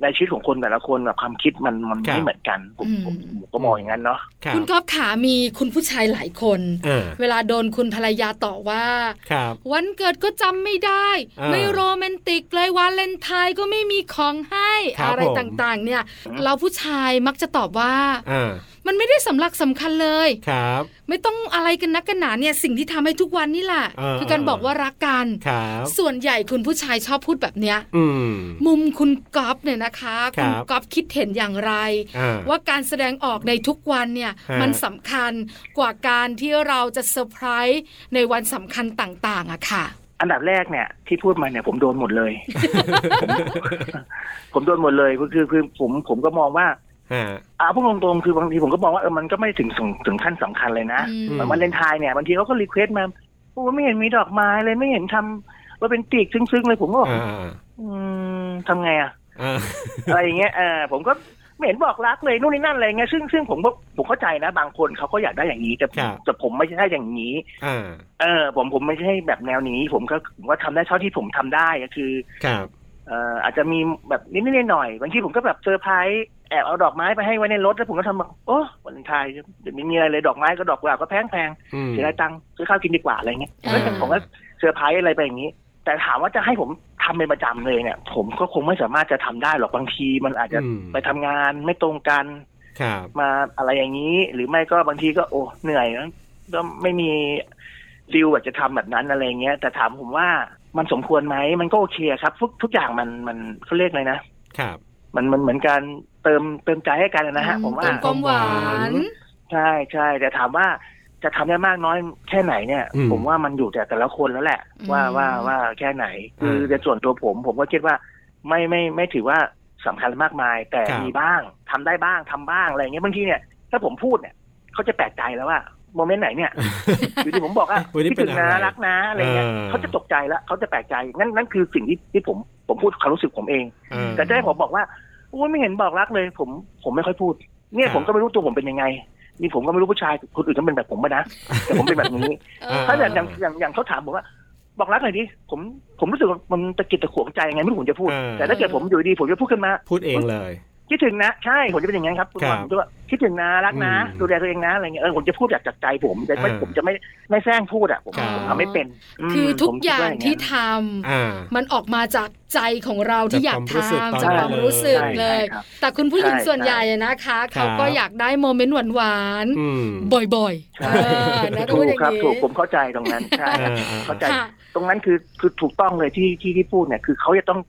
Speaker 5: ในชีวิตของคนแต่ละคนแบบความคิดมันมัน
Speaker 2: ครั
Speaker 5: ไม่
Speaker 2: บ
Speaker 5: เหมือนกันผม
Speaker 1: อืม
Speaker 5: ผมผมก็มองอย่างนั้นเนาะ
Speaker 2: ครับ
Speaker 1: คุณก๊อฟขามีคุณผู้ชายหลายคน
Speaker 2: อ่า
Speaker 1: เวลาโดนคุณภรรยาต่อว่า
Speaker 2: ครับ
Speaker 1: วันเกิดก็จำไม่ได้
Speaker 2: อ่า
Speaker 1: ไม่โรแมนติกเลยวันเลนไทน์ก็ไม่มีของให้
Speaker 2: ครับ
Speaker 1: อะไร
Speaker 2: ผม
Speaker 1: ต่างๆ เนี่ย เราผู้ชายมักจะตอบว่า
Speaker 2: อ่า
Speaker 1: มันไม่ได้สำลักสำคัญเลย
Speaker 2: ครับ
Speaker 1: ไม่ต้องอะไรกันนักกันหนาเนี่ยสิ่งที่ทำให้ทุกวันนี่แหละ
Speaker 2: เออ
Speaker 1: คือการบอกว่ารักกัน
Speaker 2: ครับ
Speaker 1: ส่วนใหญ่คุณผู้ชายชอบพูดแบบเนี้ย
Speaker 2: อืม
Speaker 1: มุมคุณก๊อฟเนี่ยนะคะ
Speaker 2: ครับ
Speaker 1: ณก๊อฟคิดเห็นอย่างไร
Speaker 2: อ่า
Speaker 1: ว่าการแสดงออกในทุกวันเนี่ย
Speaker 2: ฮะ
Speaker 1: มันสำคัญกว่าการที่เราจะเซอร์ไพรส์ในวันสำคัญต่างๆอะค่ะ
Speaker 5: อันดับแรกเนี่ย ที่พูดมาเนี่ยผมโดนหมดเลย ผมผมโดนหมดเลยก็คือคือผมผมก็มองว่า
Speaker 2: อ่า
Speaker 5: อ่าพูดตรงๆคือบางทีผมก็มองว่าเออมันก็ไม่ถึงถึงถึงขั้นสำคัญเลยนะ
Speaker 1: อืม
Speaker 5: เหมือนวันเลนไทน์เนี่ยบางทีเขาก็รีเควสต์มาโอ้ไม่เห็นมีดอกไม้เลยไม่เห็นทำว่าเป็นตีกซึ้งๆเลยผมก็บอก
Speaker 2: อ่า
Speaker 5: อืมทำไงอะ
Speaker 2: อ่า
Speaker 5: อะไรอย่างเงี้ยเออผมก็ไม่เห็นบอกรักเลยนู่นนี่นั่นอะไรเงี้ยซึ่งซึ่งผมก็ผมเข้าใจนะ บางคนเขาก็อยากได้อย่างนี้แต่ผ
Speaker 2: ค
Speaker 5: ม
Speaker 2: รับ
Speaker 5: แต่ผมไม่ใช่อย่างนี้
Speaker 2: อ่า
Speaker 5: เออ ผมผมไม่ใช่แบบแนวนี้ ผมก็ผมก็ทำได้เท่าที่ผมทำได้ก็คือ
Speaker 2: ครับ
Speaker 5: เอ่ออาจจะมีแบบนิดๆหน่อยๆบางทีผมก็แบบเซอร์ไพรส์ แอบเอาดอกไม้ไปให้ไว้ในรถแล้วผมก็ทำแบบโอ้วันไทายเดี๋ยวไม่มีอะไรเลยดอกไม้ก็ดอกกุหลาบก็แพงแพง
Speaker 2: อืม
Speaker 5: ๆเสียดายตังค์ซื้อข้าวกินดีกว่าอะไรเงี้ย
Speaker 1: อ่า
Speaker 5: แล้วผมก็เซอร์ไพรส์อะไรไปอย่างนี้ แต่ถามว่าจะให้ผมทำเป็นประจำเลยเนี่ย ผมก็คงไม่สามารถจะทำได้หรอกบางทีมันอาจจะ
Speaker 2: อืม
Speaker 5: ไปทำงานไม่ตรงกัน
Speaker 2: ครับ
Speaker 5: มาอะไรอย่างนี้ หรือไม่ก็บางทีก็โอ้เหนื่อยนะก็ไม่มีฟิลแบบจะทำแบบนั้นอะไรเงี้ย แต่ถามผมว่ามันสมควรไหมมันก็โอเคครับ ทุกทุกอย่างมันมันเขาเรียกเลยนะ
Speaker 2: ครับ
Speaker 5: มันมันเหมือนการเติมเติมใจให้กันนะฮะ ผมว่า
Speaker 1: เติมความหวาน
Speaker 5: ใช่ใช่แต่ถามว่าจะทำได้มากน้อยแค่ไหนเนี่ย
Speaker 2: อืม
Speaker 5: ผมว่ามันอยู่แต่แต่ละคนแล้วแหละ ว่าว่าว่าแค่ไหน คือ
Speaker 2: ม
Speaker 5: ในส่วนตัวผม ผมก็คิดว่าไม่ไม่ไม่ถือว่าสำคัญมากมาย แต่
Speaker 2: ครับ
Speaker 5: มีบ้างทำได้บ้างทำบ้างอะไรอย่างเงี้ยบางทีเนี่ย ถ้าผมพูดเนี่ยเขาจะแปลกใจแล้วว่าโมเมนต์ไหน เนี่ย อยู่ที่ผมบอกว่า
Speaker 2: วันนี้
Speaker 5: คิด
Speaker 2: เป็น
Speaker 5: ถึง
Speaker 2: อะ
Speaker 5: นะ
Speaker 2: ไร
Speaker 5: รักนะอะไรเงี้ย
Speaker 2: เออ
Speaker 5: เขาจะตกใจแล้วเขาจะแปลกใจนั่นนั่นคือสิ่งที่ที่ผมผมพูดความรู้สึกผมเอง
Speaker 2: เออ
Speaker 5: แต่จะให้ผมบอกว่าโอ้ยไม่เห็นบอกรักเลย ผมผมไม่ค่อยพูด เนี่
Speaker 2: ค
Speaker 5: ย
Speaker 2: รับ
Speaker 5: ผมก็ไม่รู้ตัวผมเป็นยังไง นี่ผมก็ไม่รู้ผู้ชายคนอื่นก็เป็นแบบผมปะนะ แต่ผมเป็นแบบนี้
Speaker 2: อ่า
Speaker 5: ถ้าอย่างอย่างอย่างอย่างเขาถามผมว่า บอกรักหน่อยดิผมผมรู้สึกว่ามันตะกิดตะขวงใจยังไงไม่รู้ผมจะพูด
Speaker 2: เออ
Speaker 5: แต่ถ้าเกิดผมอยู่ดีผมจะพูดขึ้นมา
Speaker 2: พูดเองเลย
Speaker 5: คิดถึงนะใช่ผมจะเป็นอย่างนั้นครับคุณห
Speaker 2: ค
Speaker 5: มอ
Speaker 2: รับ
Speaker 5: ผมจะว่าคิดถึงนะรักนะ
Speaker 2: อืม
Speaker 5: ดูแลตัวเองนะอะไรเงี้ยเออผมจะพูดจากจากใจผมแต่ไม่
Speaker 2: เออ
Speaker 5: ผมจะไม่ไม่แซงพูดอ่ะผม
Speaker 2: ครับ
Speaker 5: ผมทำไม่เป็นม
Speaker 1: คือทุก
Speaker 5: ผม
Speaker 1: อ
Speaker 5: คิด
Speaker 1: ย่าง
Speaker 5: ว่นั้น
Speaker 1: ที่ทำ
Speaker 2: อ่า
Speaker 1: มันออกมาจากใจของเราที่อยากทำ
Speaker 5: จา
Speaker 1: จาก
Speaker 5: กค
Speaker 1: คาว
Speaker 5: วาม มรู้
Speaker 1: รู้
Speaker 5: สึ
Speaker 1: สึก
Speaker 5: ก
Speaker 1: เลย
Speaker 5: ใช่ครับ
Speaker 1: แต่คุณผู้หญิง
Speaker 5: ใช่
Speaker 1: ส่วนใหญ่อะนะคะ
Speaker 2: ครั
Speaker 1: เขา
Speaker 2: บ
Speaker 1: ก็อยากได้โมเมนต์หวาน
Speaker 2: อืม
Speaker 1: ๆบ่อย
Speaker 5: ใช่
Speaker 1: ๆเออนะ
Speaker 5: ถู
Speaker 1: พูด
Speaker 5: ก
Speaker 1: อย่าง
Speaker 5: ครับ
Speaker 1: นี้
Speaker 5: ถูกผมเข้าใจตรงนั้นใช่ครับ
Speaker 2: อ่าอ่า
Speaker 5: เข้าใจ
Speaker 1: ค่ะ
Speaker 5: ตรงนั้นคือคือถูกต้องเลยที่ที่ที่พูดเนี่ยคือเขาจะต้อง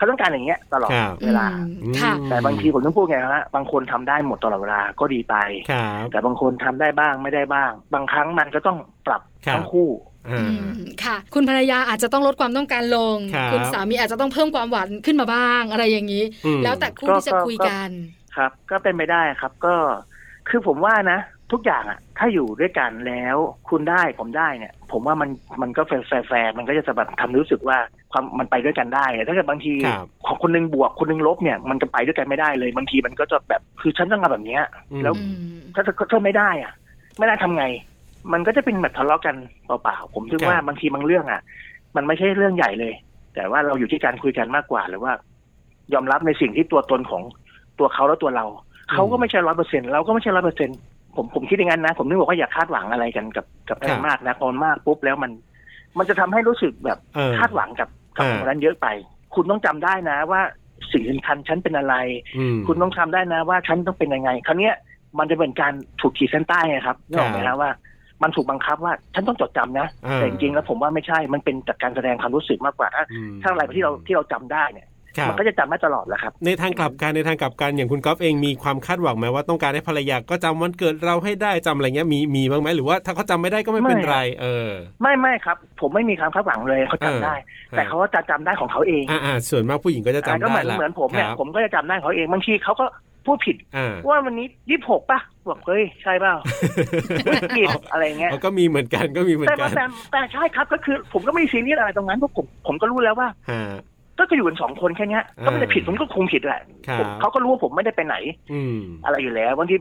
Speaker 5: เขาต้องการอย่างเงี้ยตลอด
Speaker 2: ครับ
Speaker 5: เวลา
Speaker 1: อืมค่ะ
Speaker 5: แต่บางทีผมต้องพูดไงฮะบางคนทำได้หมดตลอดเวลาก็ดีไป
Speaker 2: ครับ
Speaker 5: แต่บางคนทำได้บ้างไม่ได้บ้าง บางครั้งมันก็ต้องปรับ
Speaker 2: ครับ
Speaker 5: ทั้งคู่
Speaker 2: อ่า
Speaker 1: อืมค่ะ คุณภรรยาอาจจะต้องลดความต้องการลง
Speaker 2: ครับ
Speaker 1: ณสามีอาจจะต้องเพิ่มความหวานขึ้นมาบ้าง อะไรอย่างนี้
Speaker 2: อืม
Speaker 1: แล้วแต่คู่ที่จะคุยกัน
Speaker 5: ครับ ก็เป็นไปได้ครับ ก็คือผมว่านะ ทุกอย่างอะถ้าอยู่ด้วยกันแล้วคุณได้ผมได้เนี่ย ผมว่ามันมันก็แฟร์แฟร์แฟร์มันก็จะแบบทำให้รู้สึกว่าความมันไปด้วยกันได้อะถ้าเกิดบางที
Speaker 2: ครับ
Speaker 5: ของคนหนึงบวกคนหนึงลบเนี่ย มันจะไปด้วยกันไม่ได้เลยบางทีมันก็จะแบบคือฉันต้องมาแบบเนี้ย
Speaker 2: อืม
Speaker 5: แล้ว
Speaker 1: อืม
Speaker 5: ถ้าถ้าถ้าไม่ได้อะไม่ได้ทำไง มันก็จะเป็นแบบทะเลาะกันเปล่าๆผมคิดว่า
Speaker 2: ครับ
Speaker 5: บางทีบางเรื่องอ่ะ มันไม่ใช่เรื่องใหญ่เลย แต่ว่าเราอยู่ที่การคุยกันมากกว่าหรือว่า ยอมรับในสิ่งที่ตัวตนของตัวเขาและตัวเรา เขาก็ไม่ใช่ร้อยเปอร์เซ็นเราก็ไม่ใช่ร้อยเปอร์เซ็นผมผมคิดอย่างนั้นนะ ผมนึกบอกว่าอย่าคาดหวังอะไรกันกับกับอะไรมากนะพอมากปุ๊บแล้วมัน มันจะทำให้รู้สึกแบบ
Speaker 2: เออ
Speaker 5: คาดหวังกับกับ
Speaker 2: อ่า
Speaker 5: คนนั้นเยอะไป คุณต้องจำได้นะ ว่าสิ่งสำคัญฉันเป็นอะไร
Speaker 2: อืม
Speaker 5: คุณต้องทำได้นะว่าฉันต้องเป็นยังไง คราวเนี้ยมันจะเป็นการถูกขีดเส้นใต้ไงครับนึกออกไห
Speaker 2: ค
Speaker 5: ม
Speaker 2: รั
Speaker 5: ฮะ
Speaker 2: บ
Speaker 5: ว่า มันถูกบังคับว่าฉันต้องจดจำนะ
Speaker 2: อ่า
Speaker 5: แต่จริงๆแล้วผมว่าไม่ใช่ มันเป็นจากการแสดงความรู้สึกมากกว่าถ้า
Speaker 2: อืม
Speaker 5: ถ้าอะไรที่เราที่เราจำได้เนี่ย
Speaker 2: ครั
Speaker 5: มั
Speaker 2: บ
Speaker 5: ก็จะจำได้ตลอดแหละครับ
Speaker 2: ในทางกลับกันในทางกลับกันอย่างคุณก๊อฟเองมีความคาดหวังไหมว่าต้องการให้ภรรยาก็จำวันเกิดเราให้ได้จำอะไรเงี้ยมีมีบ้างไหมหรือว่าถ้าเขาจำไม่ได้ก็ไม่เป็น
Speaker 5: ไม่
Speaker 2: ไร เออ
Speaker 5: ไม่ไม่ครับ ผมไม่มีความคาดหวังเลยเขาจำได้
Speaker 2: ออ
Speaker 5: แต่เขาก็จะจำได้ของเขาเอง
Speaker 2: อ่าอ่าส่วนมากผู้หญิงก็จะจำ
Speaker 5: อ่าก็เห
Speaker 2: ได้
Speaker 5: มือน
Speaker 2: ละ
Speaker 5: เหมือนผมเนี่ย
Speaker 2: ครับ
Speaker 5: ผมก็จะจำได้ของเขาเองบางทีเขาก็พูดผิด
Speaker 2: อ่า
Speaker 5: ว่าวันนี้ยี่สิบหกป่ะบอกเฮ้ยใช่ เปล่าผิดอะไรเงี้ย
Speaker 2: เขาก็มีเหมือนกันก็มีเหมือน
Speaker 5: แต่
Speaker 2: กั
Speaker 5: ว่าน แต่แต่ใช่ครับก็คือ ผมก็ไม่ได้ซีเรียสอะไรตรงนั้นเพราะผมผมก็รู้แล้วว่า
Speaker 2: ฮะ
Speaker 5: ก็คืออยู่กันสองคนแค่เนี้ย
Speaker 2: อ่า
Speaker 5: ก็ไม่ได้ผิดผมก็คงผิดแหละ
Speaker 2: ครับ
Speaker 5: ผมเขาก็รู้ว่าผมไม่ได้ไปไหน
Speaker 2: อืม
Speaker 5: อะไรอยู่แล้วบางที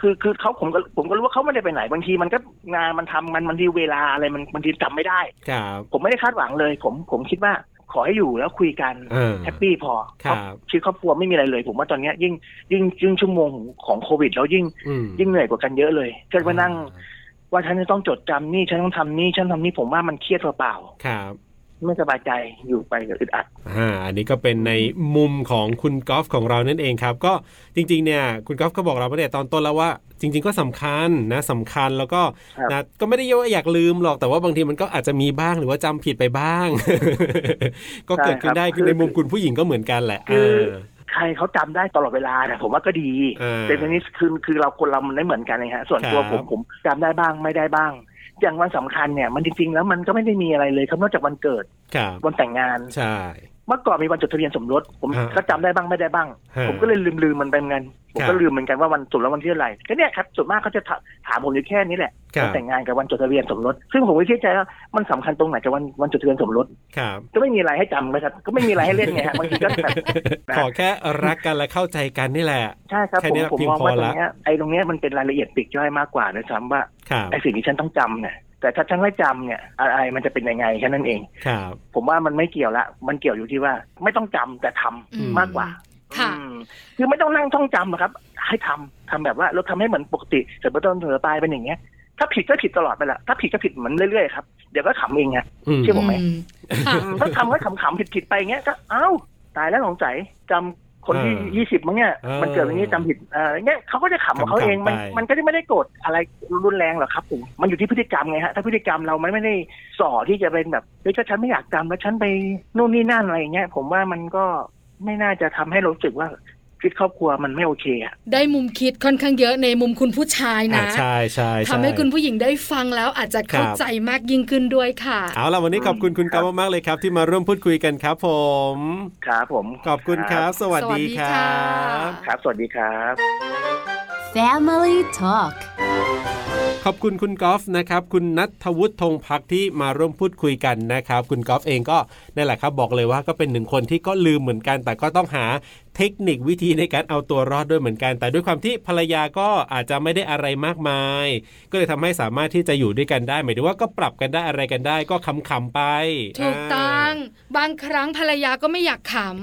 Speaker 5: คือคือเขาผมก็ผมก็รู้ว่าเขาไม่ได้ไปไหนบางทีมันก็งานมันทำมันบางทีเวลาอะไรมันบางทีจำไม่ได้
Speaker 2: ครับ
Speaker 5: ผมไม่ได้คาดหวังเลย ผมผมคิดว่าขอให้อยู่แล้วคุยกัน
Speaker 2: เออ
Speaker 5: แฮปปี้พอ
Speaker 2: ครับ
Speaker 5: ชีวิตครอบครัวไม่มีอะไรเลย ผมว่าตอนเนี้ยยิ่งยิ่งยิ่งชั่วโมงของโควิด แล้วยิ่ง
Speaker 2: อืม
Speaker 5: ยิ่งเหนื่อยกว่ากันเยอะเลยเกิดมานั่ง ว่าฉันจะต้องจดจำนี่ฉันต้องทำนี่ฉันทำนี่ผมว่ามันเครียดเปล่า
Speaker 2: ครับ
Speaker 5: ๆไม่สบายใจอยู่ไปกับอึดอัด
Speaker 2: อ่าอันนี้ก็เป็นในมุมของคุณกอล์ฟของเรานั่นเองครับ ก็จริงๆเนี่ยคุณกอล์ฟก็บอกเราไปแต่ยตอนต้นแล้วว่า จริง ๆ ก็สำคัญนะสำคัญแล้วก็
Speaker 5: ครับ
Speaker 2: นะก็ไม่ได้เยอะอยากลืมหรอกแต่ว่าบางทีมันก็อาจจะมีบ้างหรือว่าจำผิดไปบ้าง ก็เกิดขึ้นได้คือในมุมคุณผู้หญิงก็เหมือนกันแหละเอ
Speaker 5: คือ
Speaker 2: อ
Speaker 5: ใครเขาจำได้ตลอดเวลาเนี่ยผมว่าก็ดี
Speaker 2: เออ
Speaker 5: แต่ทีนี้คือคือเราคนเรามันไม่เหมือนกันนะฮะส่วนตัว
Speaker 2: ครับ
Speaker 5: ผมผมจำได้บ้างไม่ได้บ้าง อย่างวันสำคัญเนี่ยมันจริงๆ แล้วมันก็ไม่ได้มีอะไรเลยครับนอกจากวันเกิด
Speaker 2: ครับ
Speaker 5: วันแต่งงาน
Speaker 2: ใช่
Speaker 5: เมื่อก่อนมีวันจดทะเบียนสมรสผม
Speaker 2: ฮะ
Speaker 5: ก็จำได้บ้างไม่ได้บ้าง
Speaker 2: ฮะ
Speaker 5: ผมก็เลยลืมลืมๆมันไปเหมือนกันผม
Speaker 2: ครั
Speaker 5: ก็
Speaker 2: บ
Speaker 5: ลืมเหมือนกันว่าวันสุดแล้ววันที่อะไรก็เนี่ยครับส่วนมากเขาจะถถามผมอยู่แค่นี้แหละ
Speaker 2: ครั
Speaker 5: วัน
Speaker 2: บ
Speaker 5: แต่งงานกับวันจดทะเบียนสมรส ซึ่งผมก็คิดใจว่ามันสำคัญตรงไหนกับวันวันจดทะเบียนสมรส
Speaker 2: ครับ
Speaker 5: ก็ไม่มีอะไรให้จำนะครับ ก็ไม่มีอะไรให้เล่นไงฮะ บางทีก็แบบ นะ
Speaker 2: ขอแค่รักกันและเข้าใจกันนี่แหละ
Speaker 5: ใช่ครับ
Speaker 2: แค่
Speaker 5: ผม
Speaker 2: นี้
Speaker 5: ผม
Speaker 2: เพียง
Speaker 5: มองว่า
Speaker 2: พอ
Speaker 5: ต
Speaker 2: ละ
Speaker 5: รงเนี้ยไอ้ตรงเนี้ยมันเป็นรายละเอียดปลีกย่อยมากกว่านะซ้ำว่า
Speaker 2: ครับ
Speaker 5: ไอ้สิ่งที่ฉันต้องจำเนี่ยแต่ถ้าฉันไม่จำเนี่ยอะไรมันจะเป็นยังไงแค่นั้นเอง
Speaker 2: ครับ
Speaker 5: ผมว่ามันไม่เกี่ยวละ มันเกี่ยวอยู่ที่ว่าไม่ต้องจำแต่ทำ
Speaker 1: อืม
Speaker 5: มากกว่า
Speaker 1: ค่ะ
Speaker 5: อืมคือไม่ต้องนั่งท่องจำอะครับ ให้ทำทำแบบว่าเราทำให้เหมือนปกติแต่เบื้องต้นเสมอปลายเป็นอย่างเงี้ย ถ้าผิดก็ผิดตลอดไปละถ้าผิดก็ผิดเหมือนเรื่อยๆครับเดี๋ยวก็ขำเองฮะ
Speaker 2: อืม
Speaker 5: เชื่อ ผมไหม
Speaker 1: อืค่ะ
Speaker 5: อืมก็ทำก็ขำๆผิดๆไปอย่างเงี้ยก็เอ้าตายแล้วสงสัยจำคนที่ยี่สิบมั้งเนี่ย
Speaker 2: เออ
Speaker 5: มันเกิดอย่างนี้จำผิดเอออย่างเงี้ยเขาก็จะขำของเขาเองมัน
Speaker 2: ขำๆไป
Speaker 5: มันก็จะไม่ได้โกรธอะไรรุนแรงหรอกครับผมมันอยู่ที่พฤติกรรมไงฮะถ้าพฤติกรรมเรามันไม่ได้ส่อที่จะเป็นแบบเฮ้ยถ้าฉันไม่อยากจำแล้วฉันไปนู่นนี่นั่นอะไรอย่างเงี้ยผมว่ามันก็ไม่น่าจะทำให้เรารู้สึกว่าชีวิตครอบครัวมันไม่โอเคอะ
Speaker 1: ได้มุมคิดค่อนข้างเยอะในมุมคุณผู้ชาย
Speaker 2: อ่า
Speaker 1: นะ
Speaker 2: ใช่ใช่ช่
Speaker 1: ทำให้คุณผู้หญิงได้ฟังแล้วอาจจะเข้า
Speaker 2: ครับ
Speaker 1: ใจมากยิ่งขึ้นด้วยค่ะ
Speaker 2: เอาล่ะวันนี้ขอบคุณคุณ
Speaker 5: ครั
Speaker 2: กา
Speaker 5: บ
Speaker 2: วมากๆเลยครับ ที่มาร่วมพูดคุยกันครับ ผม
Speaker 5: ครับผม
Speaker 2: ขอบคุณครับ สวัสดีค
Speaker 1: ส
Speaker 2: รั
Speaker 1: วัสดีค่ะ
Speaker 2: บ
Speaker 5: ครับ สวัสดีครับ
Speaker 4: Family Talk
Speaker 2: ขอบคุณคุณกอล์ฟนะครับ คุณนัทวุฒิธงพักที่มาร่วมพูดคุยกันนะครับ คุณกอล์ฟเองก็นั่นแหละครับบอกเลยว่าก็เป็นหนึ่งคนที่ก็ลืมเหมือนกัน แต่ก็ต้องหาเทคนิควิธีในการเอาตัวรอดด้วยเหมือนกัน แต่ด้วยความที่ภรรยาก็อาจจะไม่ได้อะไรมากมาย ก็เลยทำให้สามารถที่จะอยู่ด้วยกันได้หมายถึงว่าก็ปรับกันได้อะไรกันได้ ก็ขำๆไป
Speaker 1: ถูกต้อง บางครั้งภรรยาก็ไม่อยาก
Speaker 2: ครั
Speaker 1: ขำ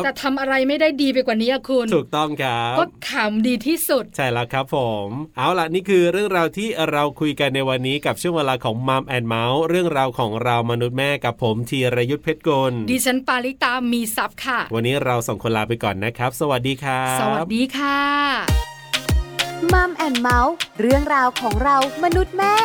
Speaker 2: บ
Speaker 1: แต่ทำอะไรไม่ได้ดีไปกว่านี้อะคุณ
Speaker 2: ถูกต้องครับ
Speaker 1: ก็ขำดีที่สุด
Speaker 2: ใช่แล้วครับผม เอาล่ะนี่คือเรื่องราวที่เราคุยกันในวันนี้กับช่วงเวลาของมัมแอนเมาส์เรื่องราวของเรามนุษย์แม่กับผมธีรยุทธเพชรกุล
Speaker 1: ดิฉันปาริตามีซับค่ะ
Speaker 2: วันนี้เราส่งคนลาไปก่อนนะครับ สวัสดีครับ
Speaker 1: สวัสดีค่ะ
Speaker 4: มัมแอนเมาส์เรื่องราวของเรามนุษย์แม่